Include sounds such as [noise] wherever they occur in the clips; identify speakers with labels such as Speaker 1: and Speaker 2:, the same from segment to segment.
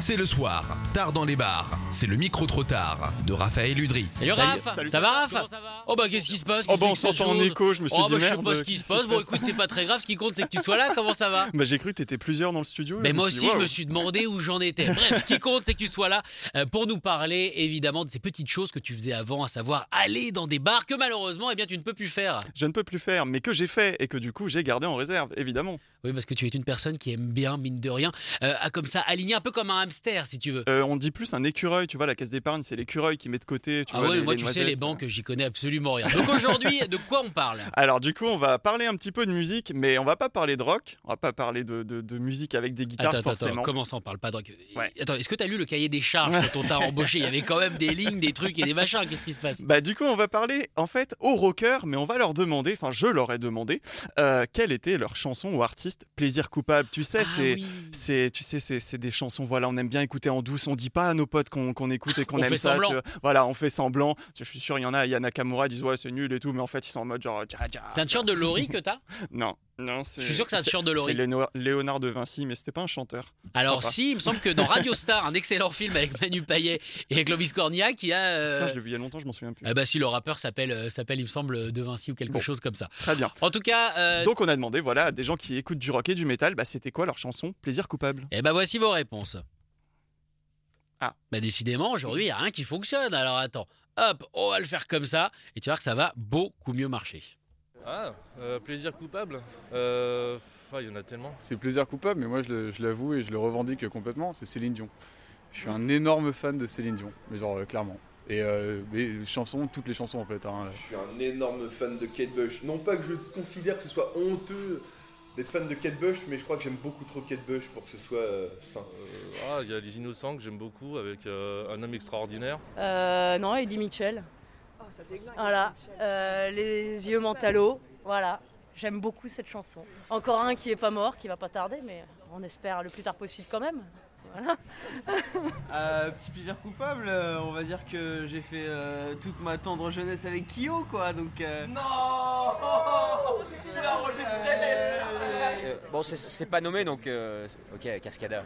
Speaker 1: C'est le soir, tard dans les bars. C'est le micro trop tard de Raphaël Udry.
Speaker 2: Salut
Speaker 3: Salut.
Speaker 2: Raph
Speaker 3: Salut,
Speaker 2: Ça
Speaker 3: Sacha,
Speaker 2: va Raph
Speaker 3: comment ça va
Speaker 2: Oh bah qu'est-ce qui se passe
Speaker 3: Oh
Speaker 2: Qu'est-ce
Speaker 3: bah on
Speaker 2: que c'est que
Speaker 3: s'entend en
Speaker 2: cette chose
Speaker 3: écho, je me suis
Speaker 2: Oh
Speaker 3: dit
Speaker 2: bah je sais
Speaker 3: merde.
Speaker 2: pas ce qui se passe, bon écoute c'est pas très grave, ce qui compte c'est que tu sois
Speaker 3: [laughs]
Speaker 2: là, comment ça va
Speaker 3: Bah j'ai cru que t'étais plusieurs dans le studio. et
Speaker 2: mais
Speaker 3: je me
Speaker 2: moi
Speaker 3: suis
Speaker 2: aussi,
Speaker 3: dit,
Speaker 2: je me
Speaker 3: waouh.
Speaker 2: suis demandé où j'en étais.
Speaker 3: [laughs]
Speaker 2: Bref, ce qui compte, c'est que tu sois là euh, pour nous parler, évidemment, de ces petites choses que tu faisais avant, à savoir aller dans des bars que malheureusement, eh bien, tu ne peux plus faire.
Speaker 3: Je ne peux plus faire, mais que j'ai fait et que du coup j'ai gardé en réserve, évidemment.
Speaker 2: Oui, parce que tu es une personne qui aime bien, mine de rien, euh, à comme ça, aligner un peu comme un hamster, si tu veux.
Speaker 3: Euh, on dit plus un écureuil, tu vois, la caisse d'épargne, c'est l'écureuil qui met de côté. Tu
Speaker 2: Ah
Speaker 3: vois,
Speaker 2: ouais,
Speaker 3: les-
Speaker 2: moi,
Speaker 3: les
Speaker 2: tu sais, les
Speaker 3: noisettes.
Speaker 2: banques, j'y connais absolument rien. Donc
Speaker 3: [laughs]
Speaker 2: aujourd'hui, de quoi on parle
Speaker 3: Alors du coup, on va parler un petit peu de musique, mais on va pas parler de rock, on va pas parler de, de- de musique avec des guitares
Speaker 2: Attends, attends,
Speaker 3: forcément.
Speaker 2: attends, comment ça on parle pas de rock
Speaker 3: Ouais.
Speaker 2: Attends, est-ce que t'as lu le cahier des charges quand on t'a embauché Il y avait quand même des lignes, des trucs et des machins, qu'est-ce qui se passe
Speaker 3: Bah du coup, on va parler en fait aux rockers, mais on va leur demander, enfin je leur ai demandé, euh, quelle était leur chanson ou artiste plaisir coupable. Tu sais,
Speaker 2: Ah
Speaker 3: c'est
Speaker 2: oui.
Speaker 3: C'est, tu sais, c'est, c'est des chansons, voilà, on aime bien écouter en douce, on dit pas à nos potes qu'on, qu'on écoute et qu'on
Speaker 2: On
Speaker 3: aime
Speaker 2: fait
Speaker 3: ça.
Speaker 2: semblant.
Speaker 3: tu vois. Voilà, on fait semblant. Je suis sûr, il y en a, il y a Nakamura, ils disent ouais, c'est nul et tout, mais en fait, ils sont en mode genre. Dja, dja,
Speaker 2: C'est un t-shirt de Laurie que t'as
Speaker 3: Non, non, c'est.
Speaker 2: Je suis sûr que c'est un t-shirt de Laurie.
Speaker 3: C'est Léonor- Léonard de Vinci, mais c'était pas un chanteur.
Speaker 2: Alors
Speaker 3: crois pas.
Speaker 2: si, il me semble que dans Radio Star, un excellent film avec Manu Payet et Clovis Cornillac, il y a... euh,
Speaker 3: Putain, je l'ai vu il y a longtemps, je m'en souviens plus.
Speaker 2: Ah bah si, le rappeur s'appelle, euh, s'appelle, il me semble, De Vinci ou quelque
Speaker 3: Bon.
Speaker 2: chose comme ça.
Speaker 3: Très bien.
Speaker 2: En tout cas... euh,
Speaker 3: Donc, on a demandé, voilà, à des gens qui écoutent du rock et du métal, bah, c'était quoi leur chanson plaisir coupable
Speaker 2: Eh ben voici vos réponses.
Speaker 3: Ah.
Speaker 2: Bah décidément, aujourd'hui, il n'y a rien qui fonctionne. Alors attends, hop, on va le faire comme ça. Et tu vas voir que ça va beaucoup mieux marcher.
Speaker 4: Ah, euh, plaisir coupable Euh, ah, Il y en a tellement.
Speaker 5: C'est plaisir coupable, mais moi je le- je l'avoue et je le revendique complètement, c'est Céline Dion. Je suis un énorme fan de Céline Dion, mais genre euh, clairement. Et euh, les chansons, toutes les chansons en fait. hein.
Speaker 6: Je suis un énorme fan de Kate Bush. Non pas que je considère que ce soit honteux d'être fan de Kate Bush, mais je crois que j'aime beaucoup trop Kate Bush pour que ce soit euh, sain.
Speaker 4: Euh, ah, il y a Les Innocents que j'aime beaucoup avec euh, Un homme extraordinaire.
Speaker 7: Euh, non, Eddie Mitchell. Voilà, Euh, les yeux mentalos. Voilà, j'aime beaucoup cette chanson. Encore un qui est pas mort, qui va pas tarder, mais on espère le plus tard possible quand même.
Speaker 8: Euh, petit plaisir coupable, euh, on va dire que j'ai fait euh, toute ma tendre jeunesse avec Kyo, quoi, donc... euh. Non
Speaker 9: Euh, Bon, c'est- c'est pas nommé donc. euh, ok, Cascada.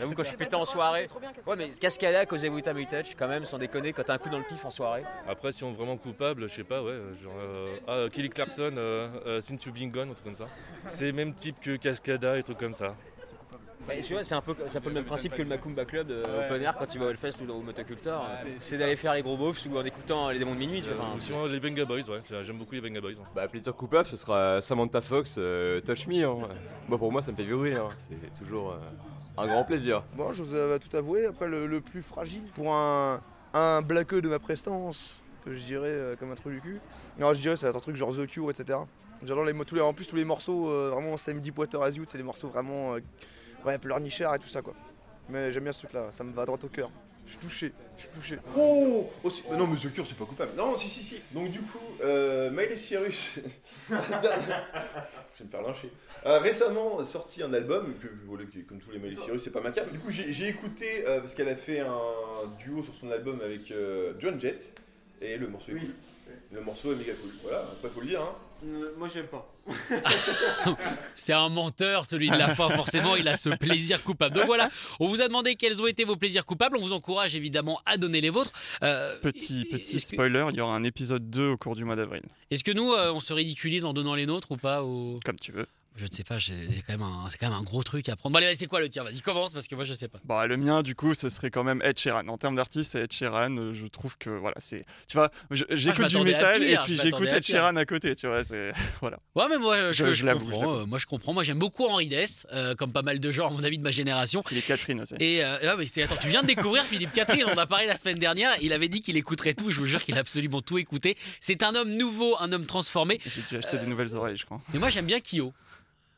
Speaker 9: J'avoue, quand je suis pété en soirée. Ouais, mais Cascada, Causez Vous Tabby Touch, quand même, sans déconner, quand t'as un coup dans le pif en soirée.
Speaker 4: Après, si on est vraiment coupable, je sais pas, ouais. Genre, euh, ah, euh, Kelly Clarkson, euh, euh, Since You Been Gone, un truc comme ça. C'est le même type que Cascada et trucs comme ça.
Speaker 9: Mais Bah, tu vois, c'est un, peu- c'est un peu le même principe que le Macumba Club de Open Air quand tu vas au Hellfest ou au Motocultor. c'est d'aller faire les gros beaufs ou en écoutant les démons de minuit, tu vois.
Speaker 4: Ou sinon, les Venga Boys, ouais. c'est- J'aime beaucoup les Venga Boys. ouais.
Speaker 10: Bah, plaisir coupable, ce sera Samantha Fox, euh, Touch Me. hein. Moi, pour moi, ça me fait vibrer. hein. C'est toujours euh, un grand plaisir.
Speaker 6: Bon, je vous euh, tout avouer, après le, le plus fragile pour un, un blaqueux de ma prestance, que je dirais euh, comme un trou du cul. Non, je dirais ça va être un truc genre The Cure, etc. J'adore les mo- tous les, en plus tous les morceaux, euh, vraiment Sam Deepwater As You, c'est des morceaux vraiment euh, ouais, pleurnichards et tout ça quoi. Mais j'aime bien ce truc là, ça me va droit au cœur. Je suis touché, je suis touché.
Speaker 8: Oh
Speaker 6: non mais The Cure c'est pas coupable. Non si si si. Donc du coup, euh, Miley Cyrus, je vais me faire lyncher, a récemment sorti un album, que, voilà, qui, comme tous les Miley Cyrus c'est pas ma carte. Du coup j'ai j'ai écouté, euh, parce qu'elle a fait un duo sur son album avec euh, John Jett, et le morceau est cool. Le morceau est méga cool, voilà, pas faut le dire hein.
Speaker 8: Moi j'aime pas.
Speaker 2: C'est un menteur, celui de la
Speaker 3: [laughs]
Speaker 2: fin. Forcément, il a ce plaisir coupable. Donc voilà, on vous a demandé quels ont été vos plaisirs coupables. On vous encourage évidemment à donner les vôtres. Euh,
Speaker 3: Petit, petit
Speaker 2: est-ce que-
Speaker 3: spoiler, il y aura un épisode 2 au cours du mois d'avril.
Speaker 2: Est-ce que nous, euh, on se ridiculise en donnant les nôtres ou pas ou-
Speaker 3: Comme tu veux.
Speaker 2: Je ne sais pas, j'ai j'ai quand même un- c'est quand même un gros truc à prendre. Bon, allez, c'est quoi le tir Vas-y, commence parce que moi, je sais pas.
Speaker 3: Bah, le mien, du coup, ce serait quand même Ed Sheeran. En termes d'artiste, c'est Ed Sheeran. euh, Je trouve que, voilà, c'est. Tu vois, je- j'écoute du
Speaker 2: m'attendais à
Speaker 3: métal et
Speaker 2: pire,
Speaker 3: puis
Speaker 2: Ah, je
Speaker 3: j'écoute
Speaker 2: m'attendais à
Speaker 3: Ed Sheeran à côté, tu
Speaker 2: [laughs]
Speaker 3: vois. C'est
Speaker 2: Ouais, mais moi, je,
Speaker 3: Je- je
Speaker 2: je
Speaker 3: l'avoue, je
Speaker 2: comprends.
Speaker 3: l'avoue.
Speaker 2: euh, moi, je comprends. Moi, j'aime beaucoup Henri Dess, euh, comme pas mal de gens, à mon avis, de ma génération.
Speaker 3: Il est Catherine aussi.
Speaker 2: Et euh, ah, mais c'est- attends, tu viens de découvrir [laughs] Philippe Catherine, on en a parlé la semaine dernière, il avait dit qu'il écouterait tout, je vous jure qu'il a absolument tout écouté. C'est un homme nouveau, un homme transformé.
Speaker 3: J'ai dû acheter des nouvelles oreilles, je crois.
Speaker 2: Mais moi j'aime bien Kyo.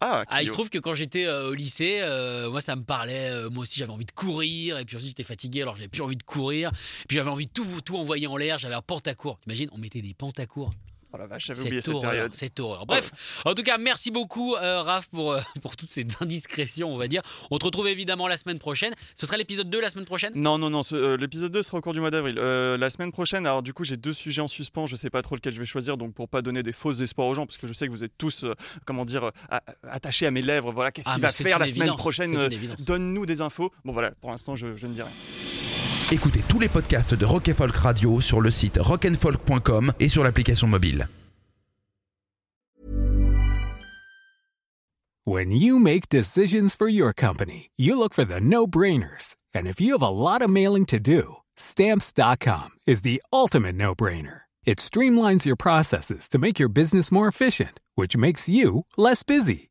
Speaker 3: Ah,
Speaker 2: euh, il se
Speaker 3: Clio.
Speaker 2: trouve que quand j'étais euh, au lycée, euh, moi ça me parlait. euh, moi aussi j'avais envie de courir, et puis aussi j'étais fatigué, alors j'avais plus envie de courir. Puis j'avais envie de tout, tout envoyer en l'air. J'avais un pantacourt. T'imagines, on mettait des pantacours.
Speaker 3: Oh la vache, j'avais
Speaker 2: Cette
Speaker 3: oublié cette
Speaker 2: horreur,
Speaker 3: période.
Speaker 2: Cette horreur. Bref, en tout cas, merci beaucoup, euh, Raph, pour, euh, [laughs] pour toutes ces indiscrétions, on va dire. On te retrouve évidemment la semaine prochaine. Ce sera l'épisode 2 la semaine prochaine
Speaker 3: Non, non, non, ce- euh, l'épisode 2 sera au cours du mois d'avril. Euh, la semaine prochaine, alors du coup, j'ai deux sujets en suspens, je sais pas trop lequel je vais choisir, donc pour pas donner des fausses espoirs aux gens, parce que je sais que vous êtes tous, euh, comment dire, euh, a- attachés à mes lèvres, voilà, qu'est-ce
Speaker 2: Ah,
Speaker 3: qu'il
Speaker 2: mais
Speaker 3: va
Speaker 2: c'est
Speaker 3: faire
Speaker 2: une
Speaker 3: la semaine
Speaker 2: évidence,
Speaker 3: prochaine
Speaker 2: c'est une
Speaker 3: euh,
Speaker 2: évidence.
Speaker 3: Donne-nous des infos. Bon voilà, pour l'instant, je, je ne dis rien.
Speaker 1: Écoutez tous les podcasts de Rock and Folk Radio sur le site rockandfolk.com et sur l'application mobile.
Speaker 11: When you make decisions for your company, you look for the no brainers. And if you have a lot of mailing to do, stamps.com is the ultimate no brainer. It streamlines your processes to make your business more efficient, which makes you less busy.